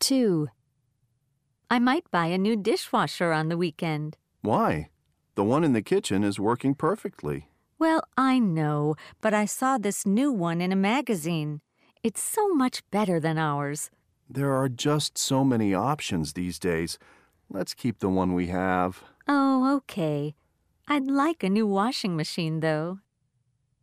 2. I might buy a new dishwasher on the weekend. Why? The one in the kitchen is working perfectly. Well, I know, but I saw this new one in a magazine. It's so much better than ours. There are just so many options these days. Let's keep the one we have. Oh, okay. I'd like a new washing machine, though.